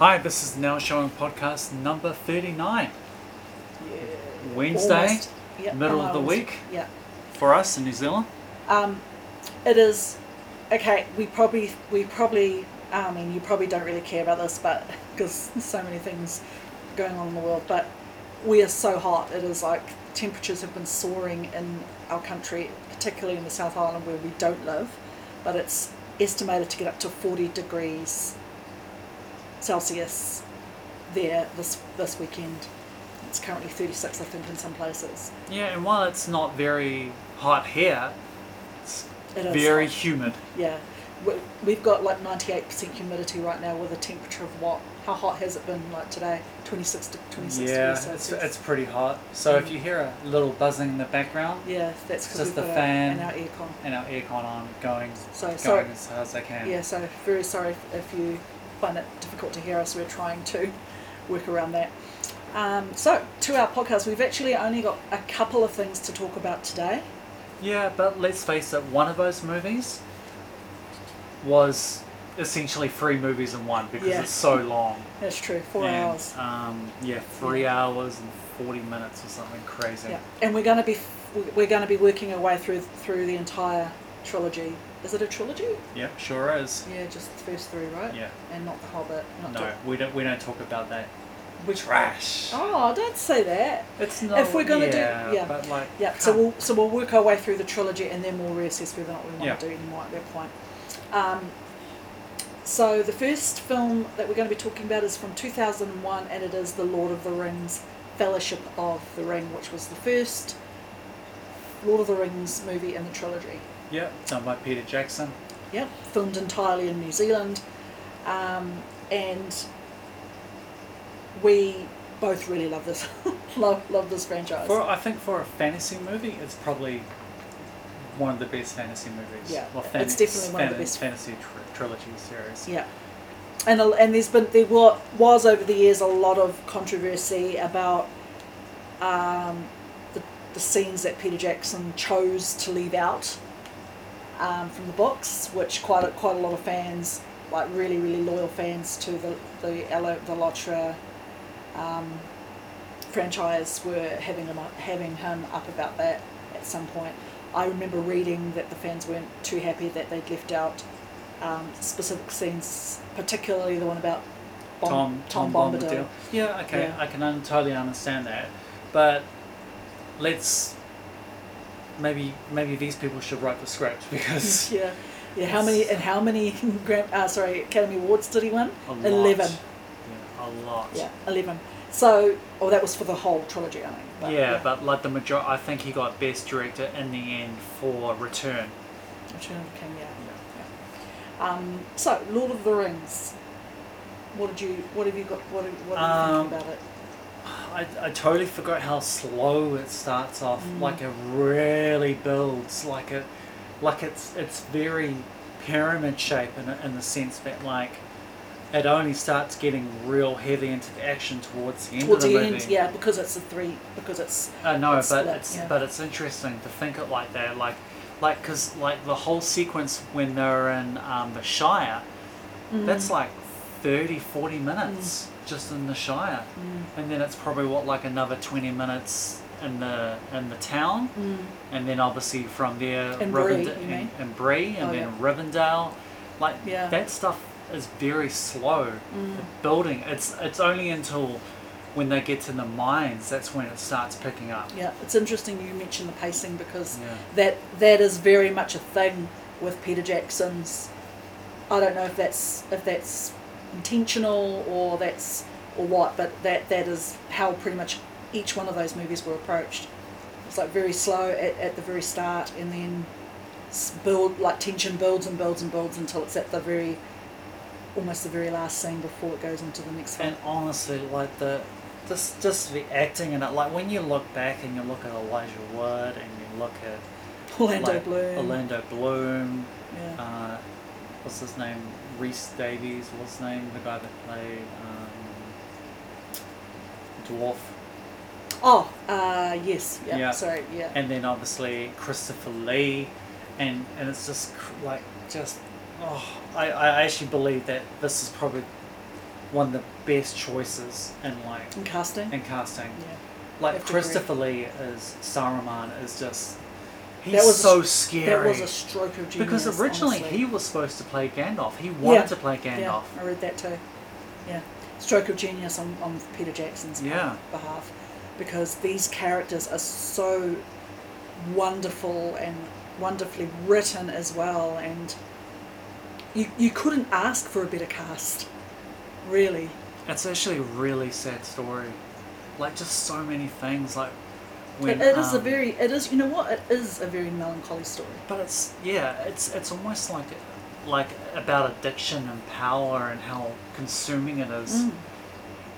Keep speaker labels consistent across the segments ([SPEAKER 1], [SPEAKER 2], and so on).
[SPEAKER 1] Hi, this is Now Showing podcast number 39. Wednesday,
[SPEAKER 2] Almost. Yep,
[SPEAKER 1] middle of the
[SPEAKER 2] almost.
[SPEAKER 1] week
[SPEAKER 2] Yeah.
[SPEAKER 1] for us in New Zealand.
[SPEAKER 2] Um, it is okay. We probably we probably I mean you probably don't really care about this, but because so many things going on in the world, but we are so hot. It is like temperatures have been soaring in our country, particularly in the South Island where we don't live, but it's estimated to get up to forty degrees Celsius there this this weekend. It's currently thirty six, I think, in some places.
[SPEAKER 1] Yeah, and while it's not very hot here, it's
[SPEAKER 2] It is
[SPEAKER 1] very
[SPEAKER 2] hot.
[SPEAKER 1] humid.
[SPEAKER 2] Yeah, We- we've got like ninety-eight percent humidity right now with a temperature of what? How hot has it been like today? Twenty-six to twenty-six
[SPEAKER 1] Yeah,
[SPEAKER 2] degrees
[SPEAKER 1] it's,
[SPEAKER 2] Celsius.
[SPEAKER 1] it's pretty hot. So
[SPEAKER 2] Mm.
[SPEAKER 1] if you hear a little buzzing in the background
[SPEAKER 2] yeah, that's because
[SPEAKER 1] just
[SPEAKER 2] we've
[SPEAKER 1] the
[SPEAKER 2] got our,
[SPEAKER 1] fan.
[SPEAKER 2] and our aircon.
[SPEAKER 1] and our aircon on going,
[SPEAKER 2] So,
[SPEAKER 1] going
[SPEAKER 2] sorry.
[SPEAKER 1] as hard as I can.
[SPEAKER 2] Yeah, so very sorry if- if you find it difficult to hear us. We're trying to work around that. Um, so to our podcast, we've actually only got a couple of things to talk about today.
[SPEAKER 1] Yeah, but let's face it, one of those movies was essentially three movies in one because
[SPEAKER 2] Yeah.
[SPEAKER 1] it's so long.
[SPEAKER 2] That's true. Four
[SPEAKER 1] and,
[SPEAKER 2] hours.
[SPEAKER 1] Um, yeah, three hours and forty minutes or something crazy.
[SPEAKER 2] Yeah, and we're going to be we're going to be working our way through through the entire trilogy. Is it a trilogy?
[SPEAKER 1] Yep, sure is.
[SPEAKER 2] Yeah, just the first three, right?
[SPEAKER 1] Yeah.
[SPEAKER 2] And not the Hobbit. Not
[SPEAKER 1] No,
[SPEAKER 2] the-
[SPEAKER 1] we don't. We don't talk about that.
[SPEAKER 2] which
[SPEAKER 1] Trash.
[SPEAKER 2] Oh, don't say that.
[SPEAKER 1] It's not.
[SPEAKER 2] if we're gonna do-
[SPEAKER 1] yeah,
[SPEAKER 2] yeah.
[SPEAKER 1] But like,
[SPEAKER 2] Yeah. So
[SPEAKER 1] come-
[SPEAKER 2] we'll so we'll work our way through the trilogy, and then we'll reassess whether or not we want
[SPEAKER 1] Yeah.
[SPEAKER 2] to do any more at that point. Um, so the first film that we're going to be talking about is from 2001, and it is The Lord of the Rings: Fellowship of the Ring, which was the first Lord of the Rings movie in the trilogy.
[SPEAKER 1] yeah, done by Peter Jackson.
[SPEAKER 2] Yep, filmed entirely in New Zealand, um, and we both really love this, love love this franchise.
[SPEAKER 1] For I think for a fantasy movie, it's probably one of the best fantasy movies.
[SPEAKER 2] Yeah,
[SPEAKER 1] well,
[SPEAKER 2] it's
[SPEAKER 1] fan-
[SPEAKER 2] definitely one of the
[SPEAKER 1] fan-
[SPEAKER 2] best.
[SPEAKER 1] fantasy tr- trilogy series.
[SPEAKER 2] yeah, and a- and there's been there wa- was over the years a lot of controversy about um, the the scenes that Peter Jackson chose to leave out um, from the books, which quite a, quite a lot of fans, like really really loyal fans to the the Elo, the Lotra um, franchise, were having him up, having him up about that at some point. I remember reading that the fans weren't too happy that they'd left out um, specific scenes, particularly the one about Bom-
[SPEAKER 1] Tom, Bombadil. Yeah, okay,
[SPEAKER 2] Yeah.
[SPEAKER 1] I can un- totally understand that, but let's maybe maybe these people should write the script because
[SPEAKER 2] Yeah, yeah. How many and how many? Gram- uh, sorry, Academy Awards did he win?
[SPEAKER 1] a lot.
[SPEAKER 2] Eleven.
[SPEAKER 1] Yeah, a lot.
[SPEAKER 2] Yeah, eleven. So, oh, that was for the whole trilogy, I think.
[SPEAKER 1] Yeah, but like the major, I think he got best director in the end for Return.
[SPEAKER 2] Return of the King. Yeah. yeah. Um, so, Lord of the Rings. What did you? What have you got? What, have- what are you
[SPEAKER 1] Um,
[SPEAKER 2] thinking about it?
[SPEAKER 1] I, I totally forgot how slow it starts off.
[SPEAKER 2] Mm.
[SPEAKER 1] Like it really builds. Like it, like it's it's very pyramid shape in a- in the sense that like it only starts getting real heavy into the action towards the end
[SPEAKER 2] Towards
[SPEAKER 1] of
[SPEAKER 2] the
[SPEAKER 1] the,
[SPEAKER 2] end,
[SPEAKER 1] movie.
[SPEAKER 2] yeah, because it's the three. Because it's
[SPEAKER 1] I know,
[SPEAKER 2] It's
[SPEAKER 1] Uh, but
[SPEAKER 2] split,
[SPEAKER 1] it's
[SPEAKER 2] yeah.
[SPEAKER 1] but it's interesting to think it like that, like, like because like the whole sequence when they're in um, the Shire,
[SPEAKER 2] Mm.
[SPEAKER 1] that's like 30, 40 minutes just in the Shire,
[SPEAKER 2] Mm.
[SPEAKER 1] and then it's probably what like another twenty minutes in the in the town, and then obviously from there
[SPEAKER 2] And Mm. Bree,
[SPEAKER 1] Rivend-
[SPEAKER 2] you mean?
[SPEAKER 1] and, and Bree, and
[SPEAKER 2] Oh,
[SPEAKER 1] then Rivendell, like
[SPEAKER 2] Yeah. Mm.
[SPEAKER 1] that stuff is very slow. The building, it's it's only until. When they get to the mines, that's when it starts picking up.
[SPEAKER 2] Yeah, it's interesting you mentioned the pacing because
[SPEAKER 1] Yeah.
[SPEAKER 2] that that is very much a thing with Peter Jackson's. I don't know if that's if that's intentional or that's or what, but that that is how pretty much each one of those movies were approached. It's like very slow at, at the very start, and then s- build like tension builds and builds and builds until it's at the very almost the very last scene before it goes into the next one.
[SPEAKER 1] And honestly, like the just just the acting in it, like when you look back and you look at Elijah Wood and you look at
[SPEAKER 2] Orlando
[SPEAKER 1] like,
[SPEAKER 2] Bloom.
[SPEAKER 1] Orlando Bloom,
[SPEAKER 2] Yeah.
[SPEAKER 1] uh, what's his name, Reese Davies, what's his name, the guy that played um, Dwarf,
[SPEAKER 2] Oh, uh, yes. Yeah.
[SPEAKER 1] Yeah.
[SPEAKER 2] Sorry. Yeah.
[SPEAKER 1] and then obviously Christopher Lee, and and it's just cr- like just oh, I I actually believe that this is probably one of the best choices in like
[SPEAKER 2] in casting.
[SPEAKER 1] in casting.
[SPEAKER 2] yeah.
[SPEAKER 1] Like
[SPEAKER 2] Have to agree.
[SPEAKER 1] Christopher Lee as Saruman is just he's
[SPEAKER 2] was a
[SPEAKER 1] so
[SPEAKER 2] s- That
[SPEAKER 1] scary.
[SPEAKER 2] was a stroke of genius.
[SPEAKER 1] because originally
[SPEAKER 2] honestly.
[SPEAKER 1] he was supposed to play Gandalf. He wanted
[SPEAKER 2] Yeah.
[SPEAKER 1] to play Gandalf.
[SPEAKER 2] Yeah, I read that too. Yeah, stroke of genius on, on Peter Jackson's be-
[SPEAKER 1] Yeah.
[SPEAKER 2] behalf, because these characters are so wonderful and wonderfully written as well, and you you couldn't ask for a better cast, really.
[SPEAKER 1] It's actually a really sad story. Like just so many things. Like
[SPEAKER 2] It
[SPEAKER 1] when
[SPEAKER 2] it is a
[SPEAKER 1] um,
[SPEAKER 2] very it is you know what it is a very melancholy story.
[SPEAKER 1] But it's yeah, it's it's almost like like about addiction and power and how consuming it is.
[SPEAKER 2] Mm.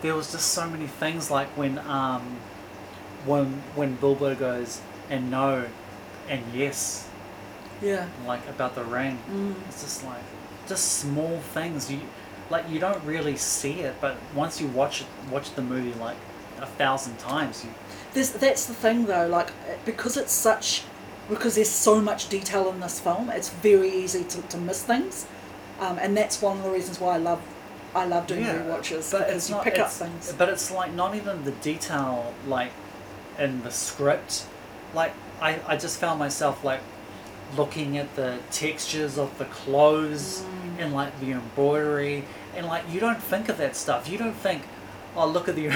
[SPEAKER 1] There was just so many things like when um when when Bilbo goes and no and yes,
[SPEAKER 2] Yeah.
[SPEAKER 1] like about the ring.
[SPEAKER 2] Mm.
[SPEAKER 1] It's just like just small things you like you don't really see it, but once you watch it, watch the movie like a thousand times, you
[SPEAKER 2] This, that's the thing though, like because it's such, because there's so much detail in this film, it's very easy to, to miss things, um, and that's one of the reasons why I love, I love doing rewatches because you pick up
[SPEAKER 1] it's-
[SPEAKER 2] things.
[SPEAKER 1] But it's like not even the detail like in the script. Like I, I just found myself like looking at the textures of the clothes
[SPEAKER 2] Mm.
[SPEAKER 1] and like the embroidery and like you don't think of that stuff. You don't think, oh look at the you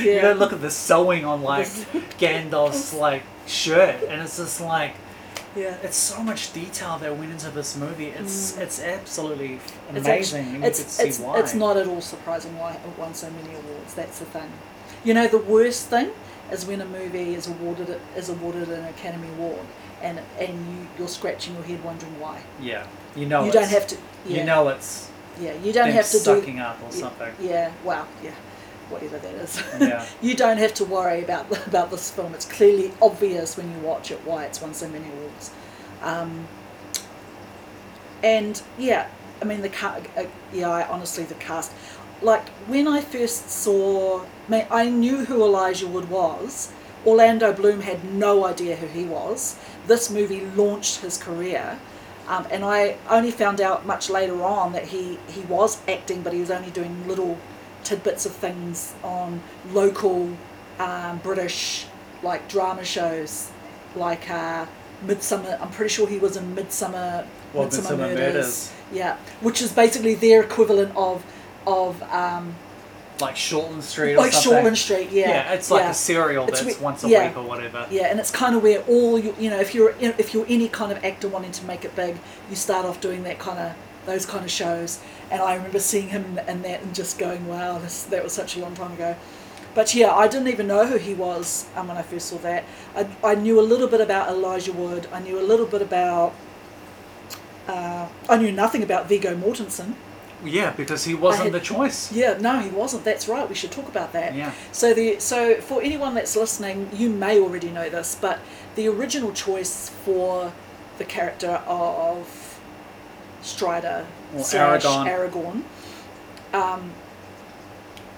[SPEAKER 2] Yeah.
[SPEAKER 1] don't look at the sewing on like
[SPEAKER 2] This-
[SPEAKER 1] Gandalf's like shirt and it's just like
[SPEAKER 2] yeah,
[SPEAKER 1] it's so much detail that went into this movie. It's it's absolutely
[SPEAKER 2] Mm. it's
[SPEAKER 1] amazing.
[SPEAKER 2] actu-
[SPEAKER 1] and you
[SPEAKER 2] it's
[SPEAKER 1] could see
[SPEAKER 2] it's,
[SPEAKER 1] why.
[SPEAKER 2] it's not at all surprising why it won so many awards. That's the thing. You know, the worst thing is when a movie is awarded is awarded an Academy Award, and and you, you're scratching your head wondering why.
[SPEAKER 1] Yeah, you know.
[SPEAKER 2] you
[SPEAKER 1] it's-
[SPEAKER 2] don't have to. Yeah,
[SPEAKER 1] You know it's
[SPEAKER 2] yeah, you
[SPEAKER 1] them
[SPEAKER 2] don't have to do.
[SPEAKER 1] sucking up or
[SPEAKER 2] Yeah,
[SPEAKER 1] something.
[SPEAKER 2] Yeah, well, yeah, whatever that is.
[SPEAKER 1] Yeah.
[SPEAKER 2] you don't have to worry about about this film. It's clearly obvious when you watch it why it's won so many awards. Um, and yeah, I mean the ca- uh, yeah, I, honestly the cast. Like when I first saw, ma- I knew who Elijah Wood was. Orlando Bloom had no idea who he was. This movie launched his career, um, and I only found out much later on that he he was acting, but he was only doing little tidbits of things on local um, British like drama shows, like uh, Midsummer. I'm pretty sure he was in Midsummer.
[SPEAKER 1] Well, Midsummer Murders.
[SPEAKER 2] Yeah, which is basically their equivalent of of um,
[SPEAKER 1] Like Shortland Street or
[SPEAKER 2] like
[SPEAKER 1] something.
[SPEAKER 2] Shortland Street. Yeah,
[SPEAKER 1] eh? Yeah, it's like
[SPEAKER 2] yeah.
[SPEAKER 1] a serial
[SPEAKER 2] It's
[SPEAKER 1] that's
[SPEAKER 2] we-
[SPEAKER 1] once a
[SPEAKER 2] yeah.
[SPEAKER 1] week or whatever.
[SPEAKER 2] Yeah, and it's kind of where all you you know if you're if you're any kind of actor wanting to make it big, you start off doing that kind of those kind of shows. And I remember seeing him in that and just going, "Wow, this, that was such a long time ago." But yeah, I didn't even know who he was um, when I first saw that. I, I knew a little bit about Elijah Wood. I knew a little bit about. Uh, I knew nothing about Vigo Mortensen.
[SPEAKER 1] Yeah, because he wasn't
[SPEAKER 2] had-
[SPEAKER 1] the choice.
[SPEAKER 2] Yeah, no, he wasn't. That's right. We should talk about that.
[SPEAKER 1] Yeah.
[SPEAKER 2] So the so for anyone that's listening, you may already know this, but the original choice for the character of Strider
[SPEAKER 1] Or
[SPEAKER 2] slash
[SPEAKER 1] Aragorn.
[SPEAKER 2] Aragorn, um,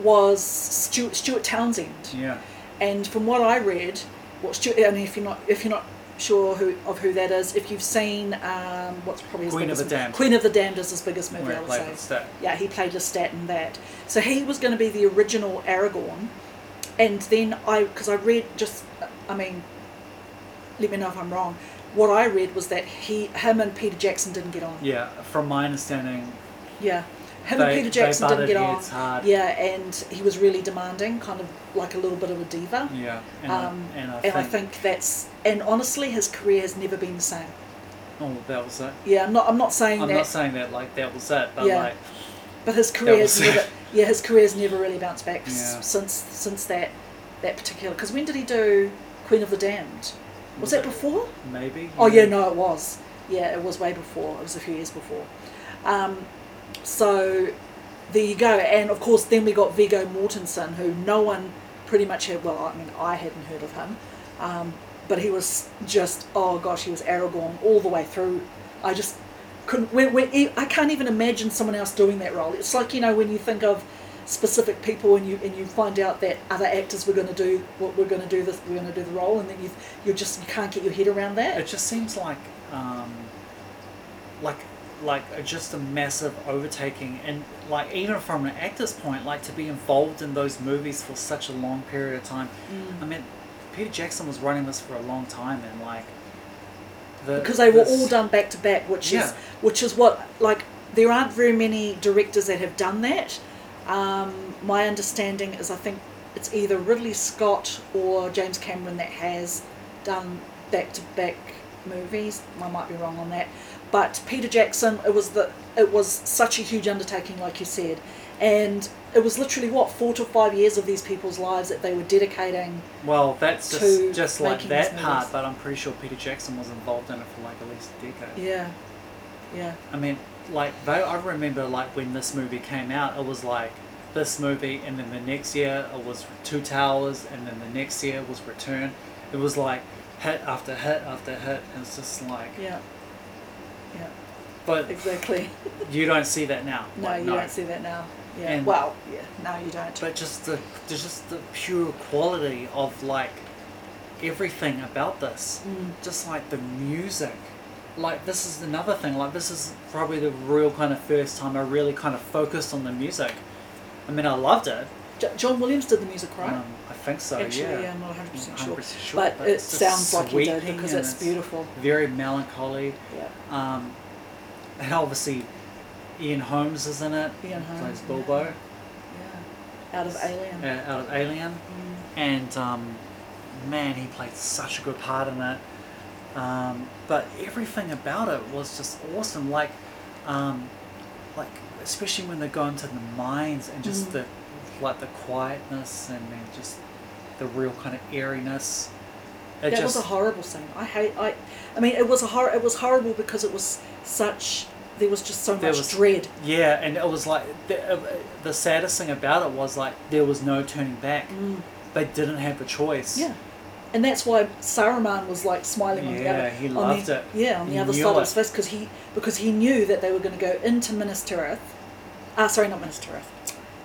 [SPEAKER 2] was Stuart, Stuart Townsend.
[SPEAKER 1] Yeah.
[SPEAKER 2] And from what I read, what Stuart, and if you're not if you're not sure who of who that is, if you've seen um, what's probably his
[SPEAKER 1] Queen of
[SPEAKER 2] biggest
[SPEAKER 1] the
[SPEAKER 2] mo-
[SPEAKER 1] Damned.
[SPEAKER 2] Queen of the Damned is his biggest movie.
[SPEAKER 1] Where
[SPEAKER 2] I
[SPEAKER 1] it
[SPEAKER 2] would
[SPEAKER 1] played
[SPEAKER 2] say.
[SPEAKER 1] its stat.
[SPEAKER 2] Yeah, he played Lestat in that. So he was going to be the original Aragorn, and then I, because I read just, I mean, let me know if I'm wrong. What I read was that he, him and Peter Jackson didn't get on.
[SPEAKER 1] Yeah, from my understanding,
[SPEAKER 2] Yeah, him
[SPEAKER 1] They-
[SPEAKER 2] and Peter
[SPEAKER 1] they
[SPEAKER 2] Jackson didn't
[SPEAKER 1] butted
[SPEAKER 2] get on.
[SPEAKER 1] heads hard.
[SPEAKER 2] Yeah, and he was really demanding, kind of like a little bit of a diva.
[SPEAKER 1] yeah. And,
[SPEAKER 2] Um,
[SPEAKER 1] I, and, I,
[SPEAKER 2] and
[SPEAKER 1] think,
[SPEAKER 2] I think that's, and honestly, his career has never been the same.
[SPEAKER 1] Oh, that was it.
[SPEAKER 2] Yeah, I'm not, I'm not saying
[SPEAKER 1] I'm
[SPEAKER 2] that.
[SPEAKER 1] not saying that like that was it, but
[SPEAKER 2] Yeah.
[SPEAKER 1] like,
[SPEAKER 2] But his
[SPEAKER 1] was-
[SPEAKER 2] career's never, yeah, his career's never really bounced back s-
[SPEAKER 1] Yeah.
[SPEAKER 2] since since that that particular. Because when did he do Queen of the Damned? Was
[SPEAKER 1] Was
[SPEAKER 2] that
[SPEAKER 1] it-
[SPEAKER 2] before?
[SPEAKER 1] maybe.
[SPEAKER 2] Oh yeah, no, it was. Yeah, it was way before. It was a few years before. Um, so there you go. And of course, then we got Vigo Mortensen, who no one pretty much had. Well, I mean, I hadn't heard of him, um, but he was just oh gosh, he was Aragorn all the way through. I just couldn't. When, when, e, I can't even imagine someone else doing that role. It's like you know when you think of specific people and you and you find out that other actors were going to do what we're going to do this we're going to do the role and then you you just you can't get your head around that
[SPEAKER 1] It just seems like, um, like like a- just a massive overtaking and like even from an actor's point like to be involved in those movies for such a long period of time
[SPEAKER 2] Mm.
[SPEAKER 1] i mean peter jackson was running this for a long time and like the,
[SPEAKER 2] because they were
[SPEAKER 1] this-
[SPEAKER 2] all done back to back, which
[SPEAKER 1] Yeah.
[SPEAKER 2] is which is what like there aren't very many directors that have done that. Um, my understanding is I think it's either Ridley Scott or James Cameron that has done back to back movies. I might be wrong on that, but Peter Jackson it was the it was such a huge undertaking, like you said, and it was literally what four to five years of these people's lives that they were dedicating.
[SPEAKER 1] well that's
[SPEAKER 2] to
[SPEAKER 1] just just like
[SPEAKER 2] making
[SPEAKER 1] that
[SPEAKER 2] these
[SPEAKER 1] part
[SPEAKER 2] movies.
[SPEAKER 1] but i'm pretty sure peter jackson was involved in it for like at least a decade
[SPEAKER 2] Yeah, yeah.
[SPEAKER 1] I mean, like though I remember like when this movie came out, it was like this movie, and then the next year it was Two Towers, and then the next year was Return. It was like hit after hit after hit, and it's just like,
[SPEAKER 2] Yeah. Yeah,
[SPEAKER 1] but
[SPEAKER 2] exactly.
[SPEAKER 1] you don't see that now.
[SPEAKER 2] No,
[SPEAKER 1] like,
[SPEAKER 2] you don't see that now. Yeah.
[SPEAKER 1] And-
[SPEAKER 2] well, yeah. No, you don't.
[SPEAKER 1] But just the there's just the pure quality of like everything about this.
[SPEAKER 2] Mm.
[SPEAKER 1] Just like the music. Like this is another thing, like this is probably the real kind of first time I really kind of focused on the music. I mean I loved it.
[SPEAKER 2] J- John Williams did the music, right?
[SPEAKER 1] Um, I think so,
[SPEAKER 2] Actually,
[SPEAKER 1] yeah.
[SPEAKER 2] I'm not 100 percent sure,
[SPEAKER 1] 100% sure,
[SPEAKER 2] but,
[SPEAKER 1] but
[SPEAKER 2] it
[SPEAKER 1] it's just
[SPEAKER 2] sounds like he did
[SPEAKER 1] sweeping
[SPEAKER 2] because
[SPEAKER 1] and
[SPEAKER 2] it's
[SPEAKER 1] it's-
[SPEAKER 2] beautiful.
[SPEAKER 1] Very melancholy.
[SPEAKER 2] Yeah.
[SPEAKER 1] Um, and obviously Ian Holmes is in it.
[SPEAKER 2] Ian
[SPEAKER 1] who plays
[SPEAKER 2] Holmes,
[SPEAKER 1] Bilbo
[SPEAKER 2] Out of Alien. Mm.
[SPEAKER 1] uh, out of Alien. and um, man, he played such a good part in it. Um, but everything about it was just awesome. Like, um, like especially when they go into the mines and just
[SPEAKER 2] Mm.
[SPEAKER 1] the like the quietness and then just the real kind of airiness. It
[SPEAKER 2] that
[SPEAKER 1] just
[SPEAKER 2] was a horrible scene. I hate. I. I mean, it was a hor- It was horrible because it was such. There was just so
[SPEAKER 1] There
[SPEAKER 2] much
[SPEAKER 1] was-
[SPEAKER 2] dread.
[SPEAKER 1] yeah, and it was like the, uh, the saddest thing about it was like there was no turning back. They didn't have a choice.
[SPEAKER 2] Mm. Yeah. And that's why Saruman was like smiling on the
[SPEAKER 1] Yeah,
[SPEAKER 2] other.
[SPEAKER 1] he
[SPEAKER 2] on
[SPEAKER 1] loved
[SPEAKER 2] the,
[SPEAKER 1] it.
[SPEAKER 2] Yeah, on the
[SPEAKER 1] He
[SPEAKER 2] other
[SPEAKER 1] knew
[SPEAKER 2] side of
[SPEAKER 1] it.
[SPEAKER 2] his face because he because he knew that they were going to go into Minas Tirith. Ah, sorry, not Minas Tirith.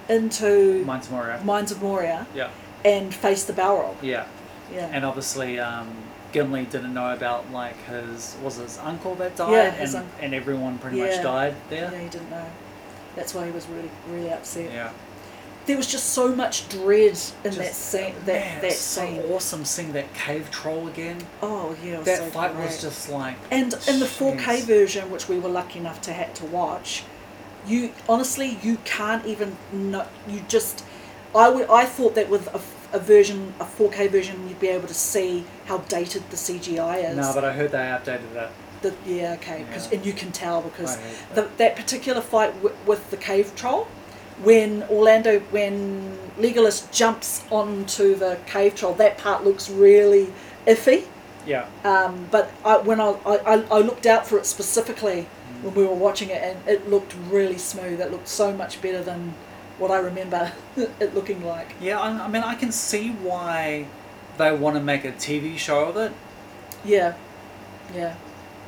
[SPEAKER 2] Into
[SPEAKER 1] Mine's more.
[SPEAKER 2] Mines of Moria
[SPEAKER 1] Yeah.
[SPEAKER 2] and face the Balrog.
[SPEAKER 1] Yeah.
[SPEAKER 2] Yeah.
[SPEAKER 1] And obviously, um, Gimli didn't know about like his was it his uncle that died,
[SPEAKER 2] Yeah, his
[SPEAKER 1] and,
[SPEAKER 2] uncle.
[SPEAKER 1] and everyone pretty
[SPEAKER 2] Yeah.
[SPEAKER 1] much died
[SPEAKER 2] yeah.
[SPEAKER 1] there.
[SPEAKER 2] he didn't know. That's why he was really really upset.
[SPEAKER 1] Yeah,
[SPEAKER 2] There was just so much dread in that
[SPEAKER 1] Just-
[SPEAKER 2] scene. That
[SPEAKER 1] man,
[SPEAKER 2] that
[SPEAKER 1] it's so
[SPEAKER 2] scene.
[SPEAKER 1] awesome seeing that cave troll again.
[SPEAKER 2] Oh yeah, it was
[SPEAKER 1] That
[SPEAKER 2] so
[SPEAKER 1] fight was
[SPEAKER 2] great.
[SPEAKER 1] just like
[SPEAKER 2] And in the 4K
[SPEAKER 1] jeez.
[SPEAKER 2] version, which we were lucky enough to had to watch, you honestly you can't even know. You just, I would I thought that with a, f- a version a 4K version, you'd be able to see how dated the CGI is.
[SPEAKER 1] No, but I heard they updated it.
[SPEAKER 2] The- yeah, okay, 'cause-
[SPEAKER 1] Yeah.
[SPEAKER 2] and you can tell because
[SPEAKER 1] I hate
[SPEAKER 2] the, that particular fight w- with the cave troll, when Orlando when Legolas jumps onto the cave troll, that part looks really iffy.
[SPEAKER 1] Yeah,
[SPEAKER 2] Um, but I, when I, I, I- I looked out for it specifically when we were watching it, and it looked really smooth. It looked so much better than what I remember it looking like.
[SPEAKER 1] yeah. I, I mean, I can see why they want to make a TV show of it,
[SPEAKER 2] Yeah, yeah.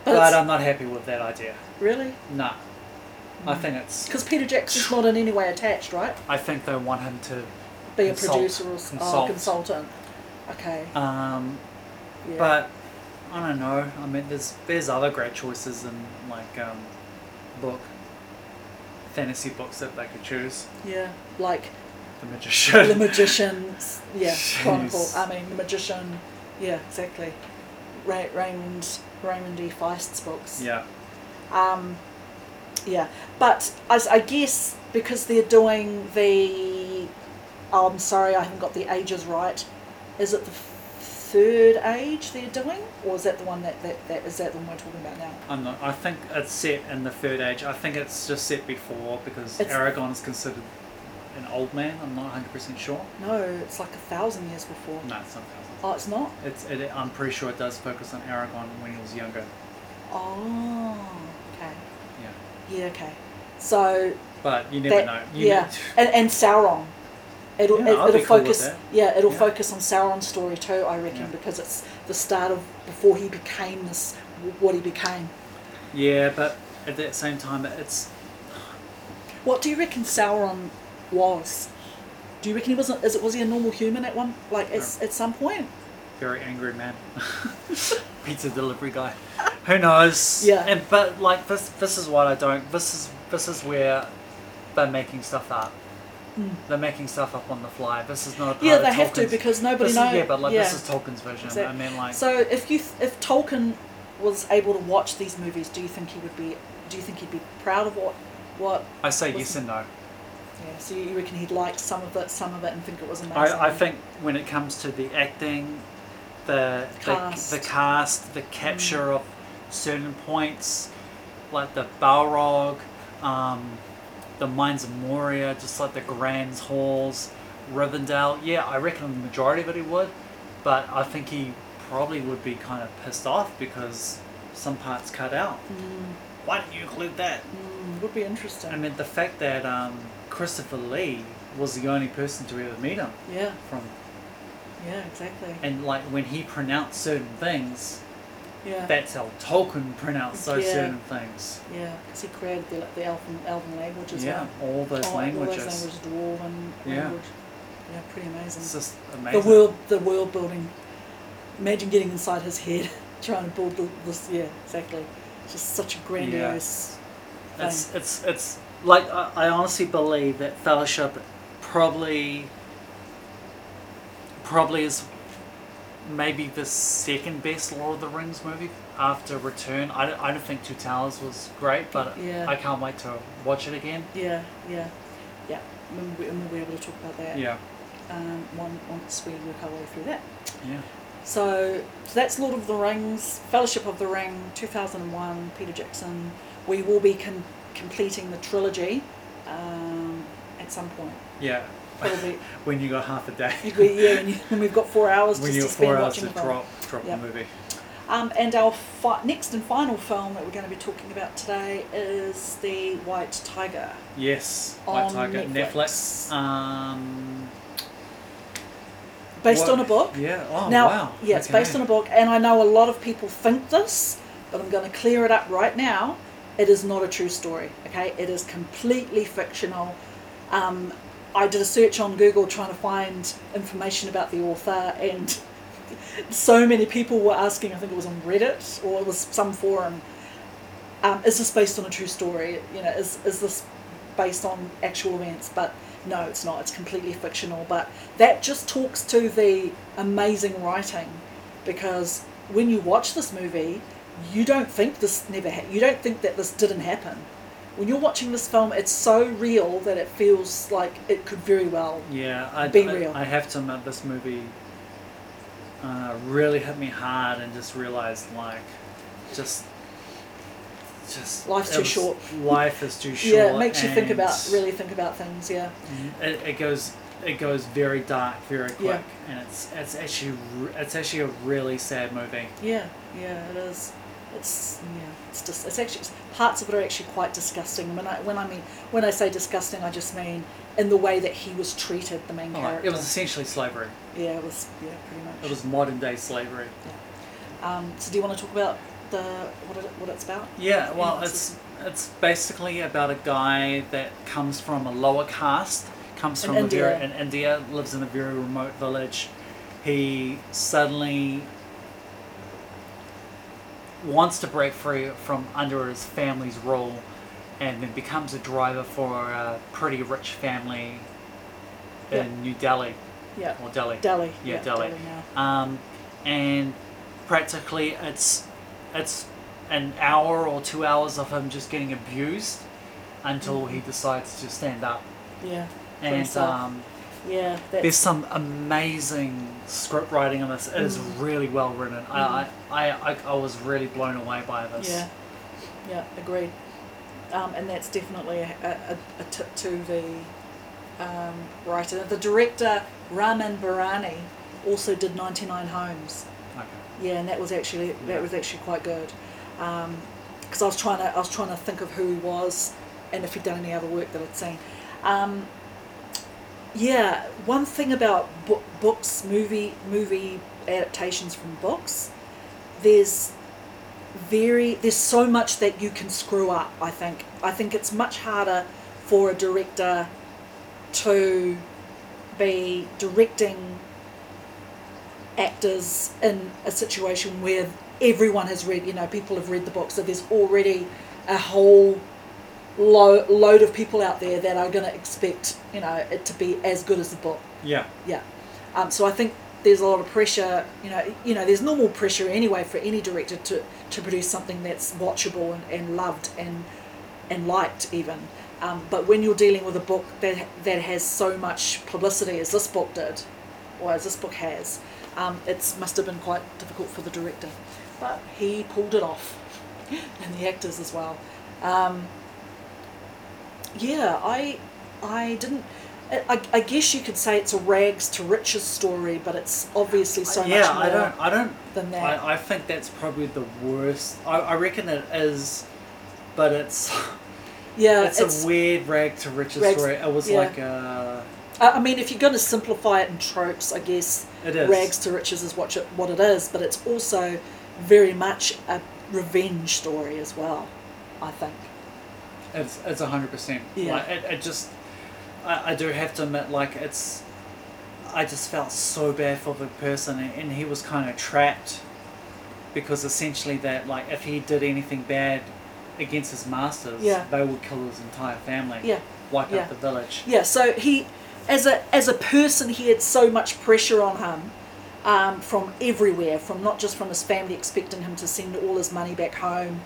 [SPEAKER 2] But,
[SPEAKER 1] but
[SPEAKER 2] it's-
[SPEAKER 1] I'm not happy with that idea.
[SPEAKER 2] really,
[SPEAKER 1] Nah,
[SPEAKER 2] Mm.
[SPEAKER 1] I think it's.
[SPEAKER 2] because Peter Jackson's not in any way attached, right?
[SPEAKER 1] I think they want him to.
[SPEAKER 2] Be a
[SPEAKER 1] Consult-
[SPEAKER 2] producer or s- Oh,
[SPEAKER 1] consult.
[SPEAKER 2] consultant. Okay.
[SPEAKER 1] Um,
[SPEAKER 2] Yeah.
[SPEAKER 1] But I don't know. I mean, there's there's other great choices in like um, book fantasy books that they could choose.
[SPEAKER 2] yeah, like
[SPEAKER 1] The
[SPEAKER 2] the
[SPEAKER 1] magician.
[SPEAKER 2] magician's yeah chronicle.
[SPEAKER 1] Jeez.
[SPEAKER 2] I mean, the magician. Yeah, exactly. Ray, Raymond Raymond E. Feist's books.
[SPEAKER 1] yeah.
[SPEAKER 2] Um, yeah, but I, I guess because they're doing the, oh, I'm sorry, I haven't got the ages right. Is it the third age they're doing, or is that the one that that, that is that the one we're talking about now?
[SPEAKER 1] I'm not, I think it's set in the Third Age. I think it's just set before because
[SPEAKER 2] It's-
[SPEAKER 1] Aragon is considered an old man. I'm not 100 percent sure.
[SPEAKER 2] No, it's like a thousand years before.
[SPEAKER 1] No, it's not. Thousand.
[SPEAKER 2] Oh, it's not.
[SPEAKER 1] It's. It, I'm pretty sure it does focus on Aragon when he was younger.
[SPEAKER 2] Oh, okay.
[SPEAKER 1] Yeah.
[SPEAKER 2] Yeah, okay. So
[SPEAKER 1] But you never
[SPEAKER 2] that-
[SPEAKER 1] know. You
[SPEAKER 2] yeah,
[SPEAKER 1] ne-
[SPEAKER 2] and, and Sauron. It'll,
[SPEAKER 1] Yeah,
[SPEAKER 2] it,
[SPEAKER 1] I'd
[SPEAKER 2] will
[SPEAKER 1] be cool with
[SPEAKER 2] focus.
[SPEAKER 1] that.
[SPEAKER 2] Yeah, it'll
[SPEAKER 1] Yeah.
[SPEAKER 2] focus on Sauron's story too. I reckon
[SPEAKER 1] Yeah.
[SPEAKER 2] because it's the start of before he became this, what he became.
[SPEAKER 1] yeah, but at that same time, it's
[SPEAKER 2] What do you reckon Sauron was? Do you reckon he wasn't? Is it was he a normal human at one like at, s- at some point?
[SPEAKER 1] very angry man. Pizza delivery guy. Who knows?
[SPEAKER 2] Yeah.
[SPEAKER 1] And but like this, this is what I don't. This is this is where they're making stuff up.
[SPEAKER 2] Mm.
[SPEAKER 1] They're making stuff up on the fly. This is not a part
[SPEAKER 2] Yeah,
[SPEAKER 1] of
[SPEAKER 2] they have to
[SPEAKER 1] Tolkien's-
[SPEAKER 2] because nobody
[SPEAKER 1] this is-
[SPEAKER 2] knows.
[SPEAKER 1] yeah, but like this is Tolkien's version.
[SPEAKER 2] Exact-
[SPEAKER 1] I mean, like
[SPEAKER 2] So if you th- if Tolkien was able to watch these movies, do you think he would be? Do you think he'd be proud of what? What?
[SPEAKER 1] I say
[SPEAKER 2] was-
[SPEAKER 1] yes and no.
[SPEAKER 2] Yeah. So you reckon he'd like some of it, some of it, and think it was amazing.
[SPEAKER 1] I, I think when it comes to the acting, the
[SPEAKER 2] Cast.
[SPEAKER 1] the, the cast, the capture of certain points, like the Balrog, um, the Mines of Moria, just like the Grands Halls, Rivendell. Yeah, I reckon the majority of it he would, but I think he probably would be kind of pissed off because some parts cut out. Why didn't you include that?
[SPEAKER 2] Mm, would be interesting.
[SPEAKER 1] I mean, the fact that um, Christopher Lee was the only person to ever meet him
[SPEAKER 2] yeah.
[SPEAKER 1] from
[SPEAKER 2] Yeah. Exactly.
[SPEAKER 1] and like when he pronounced certain things,
[SPEAKER 2] Yeah.
[SPEAKER 1] that's how Tolkien pronounced those
[SPEAKER 2] Uh-huh. Yeah.
[SPEAKER 1] certain things.
[SPEAKER 2] yeah. Because he created the the Elven Elven language as
[SPEAKER 1] yeah,
[SPEAKER 2] well.
[SPEAKER 1] all those
[SPEAKER 2] Oh,
[SPEAKER 1] languages.
[SPEAKER 2] All those languages, dwarven
[SPEAKER 1] Yeah.
[SPEAKER 2] language. Yeah. Pretty amazing.
[SPEAKER 1] It's just amazing.
[SPEAKER 2] the world the world building imagine getting inside his head trying to build the, this yeah exactly just such a grandiose
[SPEAKER 1] It's it's it's like I, I honestly believe that Fellowship probably probably is maybe the second best Lord of the Rings movie after Return. I don't, I don't think Two Towers was great, but
[SPEAKER 2] Yeah.
[SPEAKER 1] I can't wait to watch it again.
[SPEAKER 2] thing yeah yeah yeah and we- and we'll be able to talk about that
[SPEAKER 1] Yeah,
[SPEAKER 2] um, one, once we work our way through that
[SPEAKER 1] yeah.
[SPEAKER 2] so, so that's Lord of the Rings Fellowship of the Ring 2001 Peter Jackson we will be com- completing the trilogy um, at some point
[SPEAKER 1] Yeah.
[SPEAKER 2] Probably.
[SPEAKER 1] when you got half a day.
[SPEAKER 2] We- yeah, and, and we've got four hours
[SPEAKER 1] when
[SPEAKER 2] just
[SPEAKER 1] you
[SPEAKER 2] to
[SPEAKER 1] got
[SPEAKER 2] spend
[SPEAKER 1] four hours
[SPEAKER 2] watching
[SPEAKER 1] to
[SPEAKER 2] the film.
[SPEAKER 1] drop drop
[SPEAKER 2] Yeah.
[SPEAKER 1] the movie.
[SPEAKER 2] Um, and our fi- next and final film that we're going to be talking about today is The White Tiger.
[SPEAKER 1] Yes. White
[SPEAKER 2] On
[SPEAKER 1] Tiger
[SPEAKER 2] Netflix.
[SPEAKER 1] Netflix. Um
[SPEAKER 2] Based
[SPEAKER 1] what-
[SPEAKER 2] on a book.
[SPEAKER 1] Yeah. Oh
[SPEAKER 2] now,
[SPEAKER 1] wow.
[SPEAKER 2] yeah, it's based on a book, and I know a lot of people think this, but I'm going to clear it up right now. It is not a true story, okay? It is completely fictional. Um, I did a search on Google trying to find information about the author, and so many people were asking, I think it was on Reddit or it was some forum, um, is this based on a true story? You know, is, is this based on actual events? But no, it's not. It's completely fictional. But that just talks to the amazing writing because when you watch this movie, you don't think this never ha- you don't think that this didn't happen. When you're watching this film, it's so real that it feels like it could very well.
[SPEAKER 1] Yeah, I,
[SPEAKER 2] Be
[SPEAKER 1] I-
[SPEAKER 2] real.
[SPEAKER 1] I have to admit this movie uh, really hit me hard and just realized like just just
[SPEAKER 2] Life's
[SPEAKER 1] it
[SPEAKER 2] too
[SPEAKER 1] was-
[SPEAKER 2] short.
[SPEAKER 1] Life is too short.
[SPEAKER 2] yeah, it makes you think about
[SPEAKER 1] and
[SPEAKER 2] really think about things. Yeah,
[SPEAKER 1] It, it goes it goes very dark very
[SPEAKER 2] Yeah.
[SPEAKER 1] quick and it's it's actually re- it's actually a really sad movie.
[SPEAKER 2] yeah, yeah. It is. It's yeah. It's just. It's actually parts of it are actually quite disgusting. When I when I mean when I say disgusting, I just mean in the way that he was treated, the main
[SPEAKER 1] Oh,
[SPEAKER 2] character.
[SPEAKER 1] it was essentially slavery.
[SPEAKER 2] yeah, it was yeah, pretty much.
[SPEAKER 1] It was modern day slavery.
[SPEAKER 2] Um, so do you want to talk about the what it, what it's about?
[SPEAKER 1] Yeah, well,
[SPEAKER 2] Yeah, it's
[SPEAKER 1] it's it's basically about a guy that comes from a lower caste, comes
[SPEAKER 2] In
[SPEAKER 1] from a very
[SPEAKER 2] India.
[SPEAKER 1] in India, lives in a very remote village. He suddenly wants to break free from under his family's rule, and then becomes a driver for a pretty rich family in
[SPEAKER 2] Yeah.
[SPEAKER 1] New Delhi
[SPEAKER 2] Yeah,
[SPEAKER 1] or Delhi.
[SPEAKER 2] Delhi.
[SPEAKER 1] Yeah, Delhi.
[SPEAKER 2] now.
[SPEAKER 1] um, and practically it's it's an hour or two hours of him just getting abused until he decides to stand up.
[SPEAKER 2] Yeah,
[SPEAKER 1] And
[SPEAKER 2] Mm-hmm. himself.
[SPEAKER 1] um,
[SPEAKER 2] yeah. That's,
[SPEAKER 1] there's some amazing script writing in this. It is
[SPEAKER 2] Mm-hmm.
[SPEAKER 1] really well written. I I, I, I I was really blown away by this.
[SPEAKER 2] Yeah, yeah, agreed. Um, and that's definitely a, a, a tip to the um, writer. The director, Raman Barani, also did 99 Homes.
[SPEAKER 1] Okay.
[SPEAKER 2] Yeah, and that was actually
[SPEAKER 1] Yeah.
[SPEAKER 2] that was actually quite good. Because I was trying to I was trying to think of who he was, and if he'd done any other work that I'd seen. Um, yeah, one thing about book, books, movie movie adaptations from books, there's very there's so much that you can screw up. I think I think it's much harder for a director to be directing actors in a situation where everyone has read, you know, people have read the book, so there's already a whole lo- load of people out there that are going to expect, you know, it to be as good as the book.
[SPEAKER 1] Yeah.
[SPEAKER 2] Yeah. Um, so I think there's a lot of pressure, you know, you know, there's normal pressure anyway for any director to, to produce something that's watchable and, and loved and and liked even. Um, but when you're dealing with a book that that has so much publicity as this book did, or as this book has, um, it must have been quite difficult for the director. But he pulled it off, and the actors as well. Um, yeah, I I didn't. I, I guess you could say it's a rags to riches story, but it's obviously so
[SPEAKER 1] Uh, yeah,
[SPEAKER 2] much more
[SPEAKER 1] I don't. I don't.
[SPEAKER 2] than that.
[SPEAKER 1] I, I think that's probably the worst. I, I reckon it is, but it's
[SPEAKER 2] yeah,
[SPEAKER 1] it's, a weird rag to riches
[SPEAKER 2] Uh, Rags-
[SPEAKER 1] story. It was
[SPEAKER 2] yeah.
[SPEAKER 1] like uh
[SPEAKER 2] I I mean, if you're going to simplify it in tropes, I guess
[SPEAKER 1] It is.
[SPEAKER 2] rags to riches is what, it- what it is, but it's also very much a revenge story as well. I think.
[SPEAKER 1] It's it's a hundred percent.
[SPEAKER 2] Yeah.
[SPEAKER 1] Like it, it just I, I do have to admit, like it's I just felt so bad for the person and, and he was kinda trapped because essentially that like if he did anything bad against his masters,
[SPEAKER 2] Yeah.
[SPEAKER 1] they would kill his entire family.
[SPEAKER 2] Yeah.
[SPEAKER 1] Wipe
[SPEAKER 2] Yeah.
[SPEAKER 1] out the village.
[SPEAKER 2] Yeah. So he, as a as a person, he had so much pressure on him um, from everywhere, from not just from his family expecting him to send all his money back home,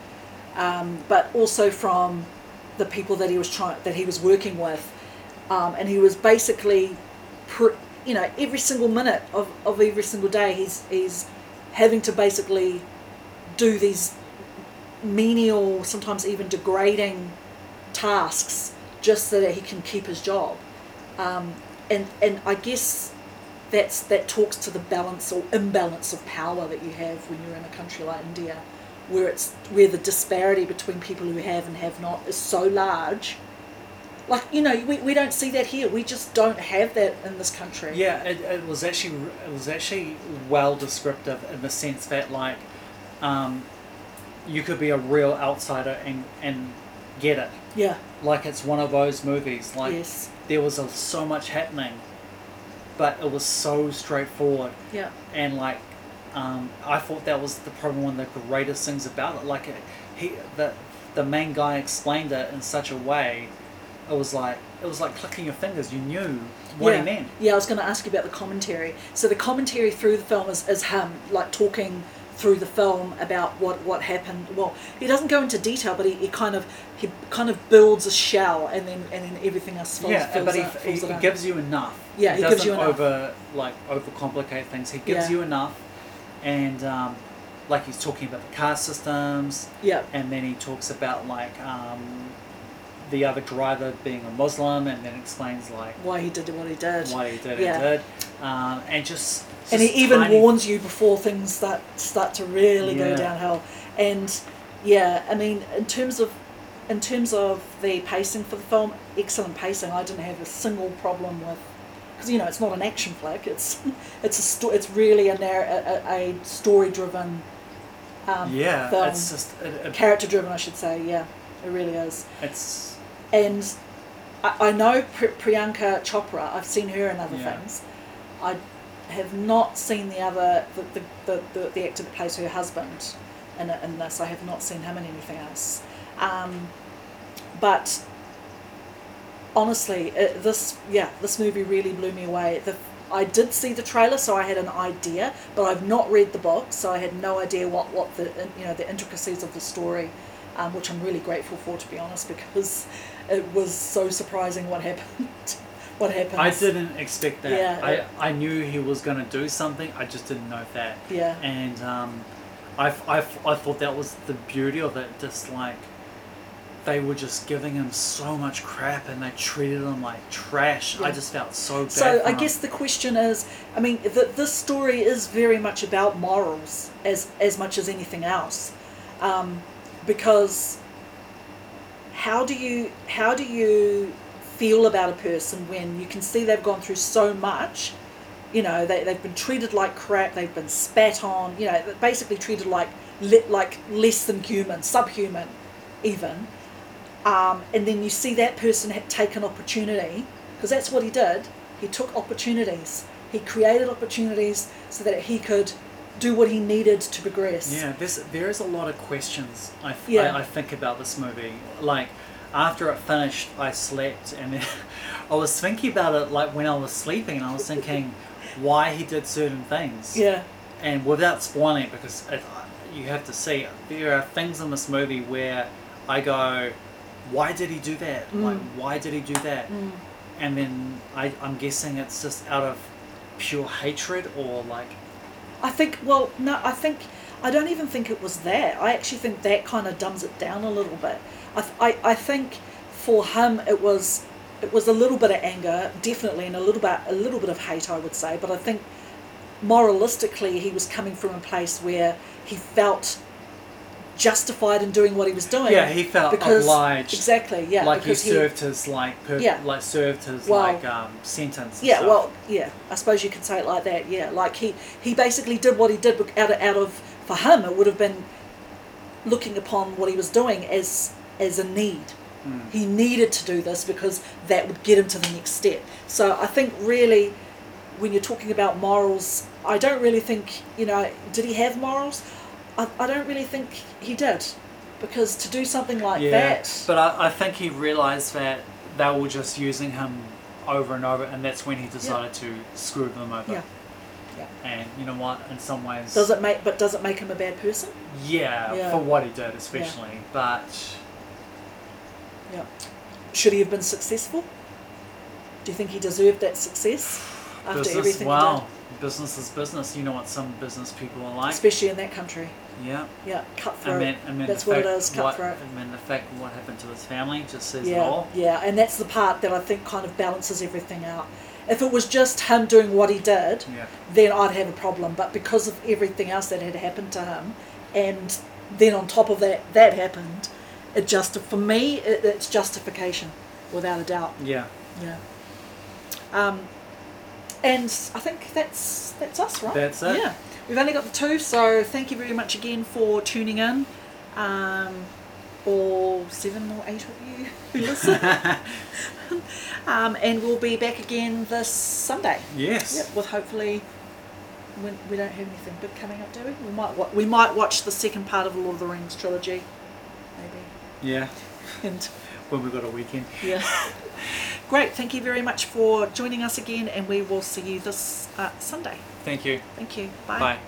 [SPEAKER 2] um, but also from the people that he was trying that he was working with, um, and he was basically, pr- you know, every single minute of, of every single day, he's he's having to basically do these menial, sometimes even degrading tasks just so that he can keep his job. Um, and and I guess that's that talks to the balance or imbalance of power that you have when you're in a country like India, where it's where the disparity between people who have and have not is so large. Like you know, we, we don't see that here. We just don't have that in this country.
[SPEAKER 1] Yeah, it, it was actually it was actually well descriptive in the sense that like, um, you could be a real outsider and and get it.
[SPEAKER 2] Yeah.
[SPEAKER 1] Like it's one of those movies. Like
[SPEAKER 2] yes.
[SPEAKER 1] there was a, so much happening, but it was so straightforward
[SPEAKER 2] Yeah.
[SPEAKER 1] and like, um, I thought that was the probably one of the greatest things about it. Like it, he the the main guy explained it in such a way, it was like it was like clicking your fingers. You knew what
[SPEAKER 2] yeah.
[SPEAKER 1] he meant.
[SPEAKER 2] Yeah, I was going to ask you about the commentary. So the commentary through the film is, is him like talking through the film about what what happened. Well, he doesn't go into detail, but he, he kind of he kind of builds a shell, and then and then everything else falls.
[SPEAKER 1] yeah,
[SPEAKER 2] fills
[SPEAKER 1] but he,
[SPEAKER 2] out-
[SPEAKER 1] he,
[SPEAKER 2] fills it
[SPEAKER 1] he
[SPEAKER 2] in.
[SPEAKER 1] gives you enough.
[SPEAKER 2] Yeah, he
[SPEAKER 1] doesn't
[SPEAKER 2] gives you enough.
[SPEAKER 1] over like overcomplicate things. He gives
[SPEAKER 2] Yeah.
[SPEAKER 1] you enough, and um, like he's talking about the car systems,
[SPEAKER 2] yeah,
[SPEAKER 1] and then he talks about like um, the other driver being a Muslim, and then explains like
[SPEAKER 2] why he did what he did,
[SPEAKER 1] why he did what
[SPEAKER 2] Yeah.
[SPEAKER 1] he did, um, and just,
[SPEAKER 2] and he
[SPEAKER 1] just
[SPEAKER 2] even
[SPEAKER 1] tiny-
[SPEAKER 2] warns you before things start start to really
[SPEAKER 1] Yeah.
[SPEAKER 2] go downhill. And yeah, I mean, in terms of in terms of the pacing for the film, excellent pacing. I didn't have a single problem with because you know it's not an action flick. It's it's a sto- it's really a narr- a, a, a story driven, um,
[SPEAKER 1] Yeah,
[SPEAKER 2] film.
[SPEAKER 1] it's just it, it,
[SPEAKER 2] character driven, I should say. Yeah, it really is.
[SPEAKER 1] it's
[SPEAKER 2] And I, I know Pri- Priyanka Chopra. I've seen her in other
[SPEAKER 1] Yeah.
[SPEAKER 2] things. I have not seen the other the the, the, the, the actor that plays her husband in, in this. I have not seen him in anything else. Um, but honestly, it, this yeah, this movie really blew me away. The I did see the trailer, so I had an idea, but I've not read the book, so I had no idea what what the you know the intricacies of the story, um, which I'm really grateful for, to be honest, because it was so surprising what happened. what happened?
[SPEAKER 1] I didn't expect that.
[SPEAKER 2] Yeah,
[SPEAKER 1] I
[SPEAKER 2] it-
[SPEAKER 1] I knew he was gonna do something. I just didn't know that.
[SPEAKER 2] Yeah.
[SPEAKER 1] and um, I, I, I thought that was the beauty of it. Just like they were just giving him so much crap, and they treated him like trash. I
[SPEAKER 2] Yeah.
[SPEAKER 1] just felt so bad.
[SPEAKER 2] So
[SPEAKER 1] for
[SPEAKER 2] I
[SPEAKER 1] him.
[SPEAKER 2] guess the question is, I mean, th- this story is very much about morals as as much as anything else, um, because how do you how do you feel about a person when you can see they've gone through so much, you know, they they've been treated like crap, they've been spat on, you know, basically treated like li- like less than human, subhuman, even um, and then you see that person had take an opportunity because that's what he did he took opportunities He created opportunities so that he could do what he needed to progress.
[SPEAKER 1] Yeah, there's, there is a lot of questions I, th-
[SPEAKER 2] Yeah.
[SPEAKER 1] I, I think about this movie. Like, after it finished, I slept, and then I was thinking about it like when I was sleeping, and I was thinking why he did certain things.
[SPEAKER 2] Yeah.
[SPEAKER 1] And without spoiling it, because it, you have to see it, there are things in this movie where I go, why did he do that? Like,
[SPEAKER 2] Mm.
[SPEAKER 1] why did he do that? And then I, I'm guessing it's just out of pure hatred or like,
[SPEAKER 2] I think, well, no, I think, I don't even think it was that. I actually think that kind of dumbs it down a little bit. I, th- I, I think for him it was, it was a little bit of anger, definitely, and a little bit, a little bit of hate, I would say. But I think moralistically he was coming from a place where he felt justified in doing what he was doing.
[SPEAKER 1] yeah, he felt
[SPEAKER 2] because,
[SPEAKER 1] obliged.
[SPEAKER 2] Exactly, yeah.
[SPEAKER 1] like he
[SPEAKER 2] because
[SPEAKER 1] served his like per-
[SPEAKER 2] Yeah.
[SPEAKER 1] like served his
[SPEAKER 2] Well-
[SPEAKER 1] like um, sentence. and
[SPEAKER 2] Yeah,
[SPEAKER 1] stuff.
[SPEAKER 2] well, yeah. I suppose you could say it like that. Yeah, like he he basically did what he did bec- out of, out of for him. It would have been looking upon what he was doing as as a need. He needed to do this because that would get him to the next step. So I think really, when you're talking about morals, I don't really think you know. Did he have morals? I, I don't really think he did, because to do something like
[SPEAKER 1] yeah.
[SPEAKER 2] that.
[SPEAKER 1] But I, I think he realized that they were just using him over and over, and that's when he decided to screw them over.
[SPEAKER 2] yeah. Yeah.
[SPEAKER 1] And you know what? In some ways,
[SPEAKER 2] Does it make? But does it make him a bad person?
[SPEAKER 1] yeah,
[SPEAKER 2] Yeah.
[SPEAKER 1] for what he did, especially. But
[SPEAKER 2] Yeah. Should he have been successful? Do you think he deserved that success after
[SPEAKER 1] business,
[SPEAKER 2] everything he
[SPEAKER 1] wow,
[SPEAKER 2] did?
[SPEAKER 1] business is business. You know what some business people are like.
[SPEAKER 2] Especially in that country.
[SPEAKER 1] yeah.
[SPEAKER 2] Yeah,
[SPEAKER 1] I
[SPEAKER 2] cutthroat.
[SPEAKER 1] mean, I mean
[SPEAKER 2] that's
[SPEAKER 1] the
[SPEAKER 2] what
[SPEAKER 1] fact,
[SPEAKER 2] it is, cutthroat.
[SPEAKER 1] What, I mean, the fact what happened to his family just says it
[SPEAKER 2] yeah,
[SPEAKER 1] all.
[SPEAKER 2] yeah, and that's the part that I think kind of balances everything out. If it was just him doing what he did,
[SPEAKER 1] Yeah.
[SPEAKER 2] then I'd have a problem. But because of everything else that had happened to him, and then on top of that, that happened, it just for me, it, it's justification, without a doubt.
[SPEAKER 1] Yeah.
[SPEAKER 2] Yeah. Um, and I think that's that's us, right?
[SPEAKER 1] That's it.
[SPEAKER 2] Yeah, we've only got the two, so thank you very much again for tuning in. Um, all seven or eight of you who listen, um, and we'll be back again this Sunday.
[SPEAKER 1] Yes.
[SPEAKER 2] Yep, with hopefully. We, we don't have anything big coming up, do we? We might wa- we might watch the second part of the Lord of the Rings trilogy, maybe.
[SPEAKER 1] Yeah.
[SPEAKER 2] And
[SPEAKER 1] When we've got a weekend.
[SPEAKER 2] yeah. Great. Thank you very much for joining us again, and we will see you this uh, Sunday.
[SPEAKER 1] Thank you.
[SPEAKER 2] Thank you.
[SPEAKER 1] Bye.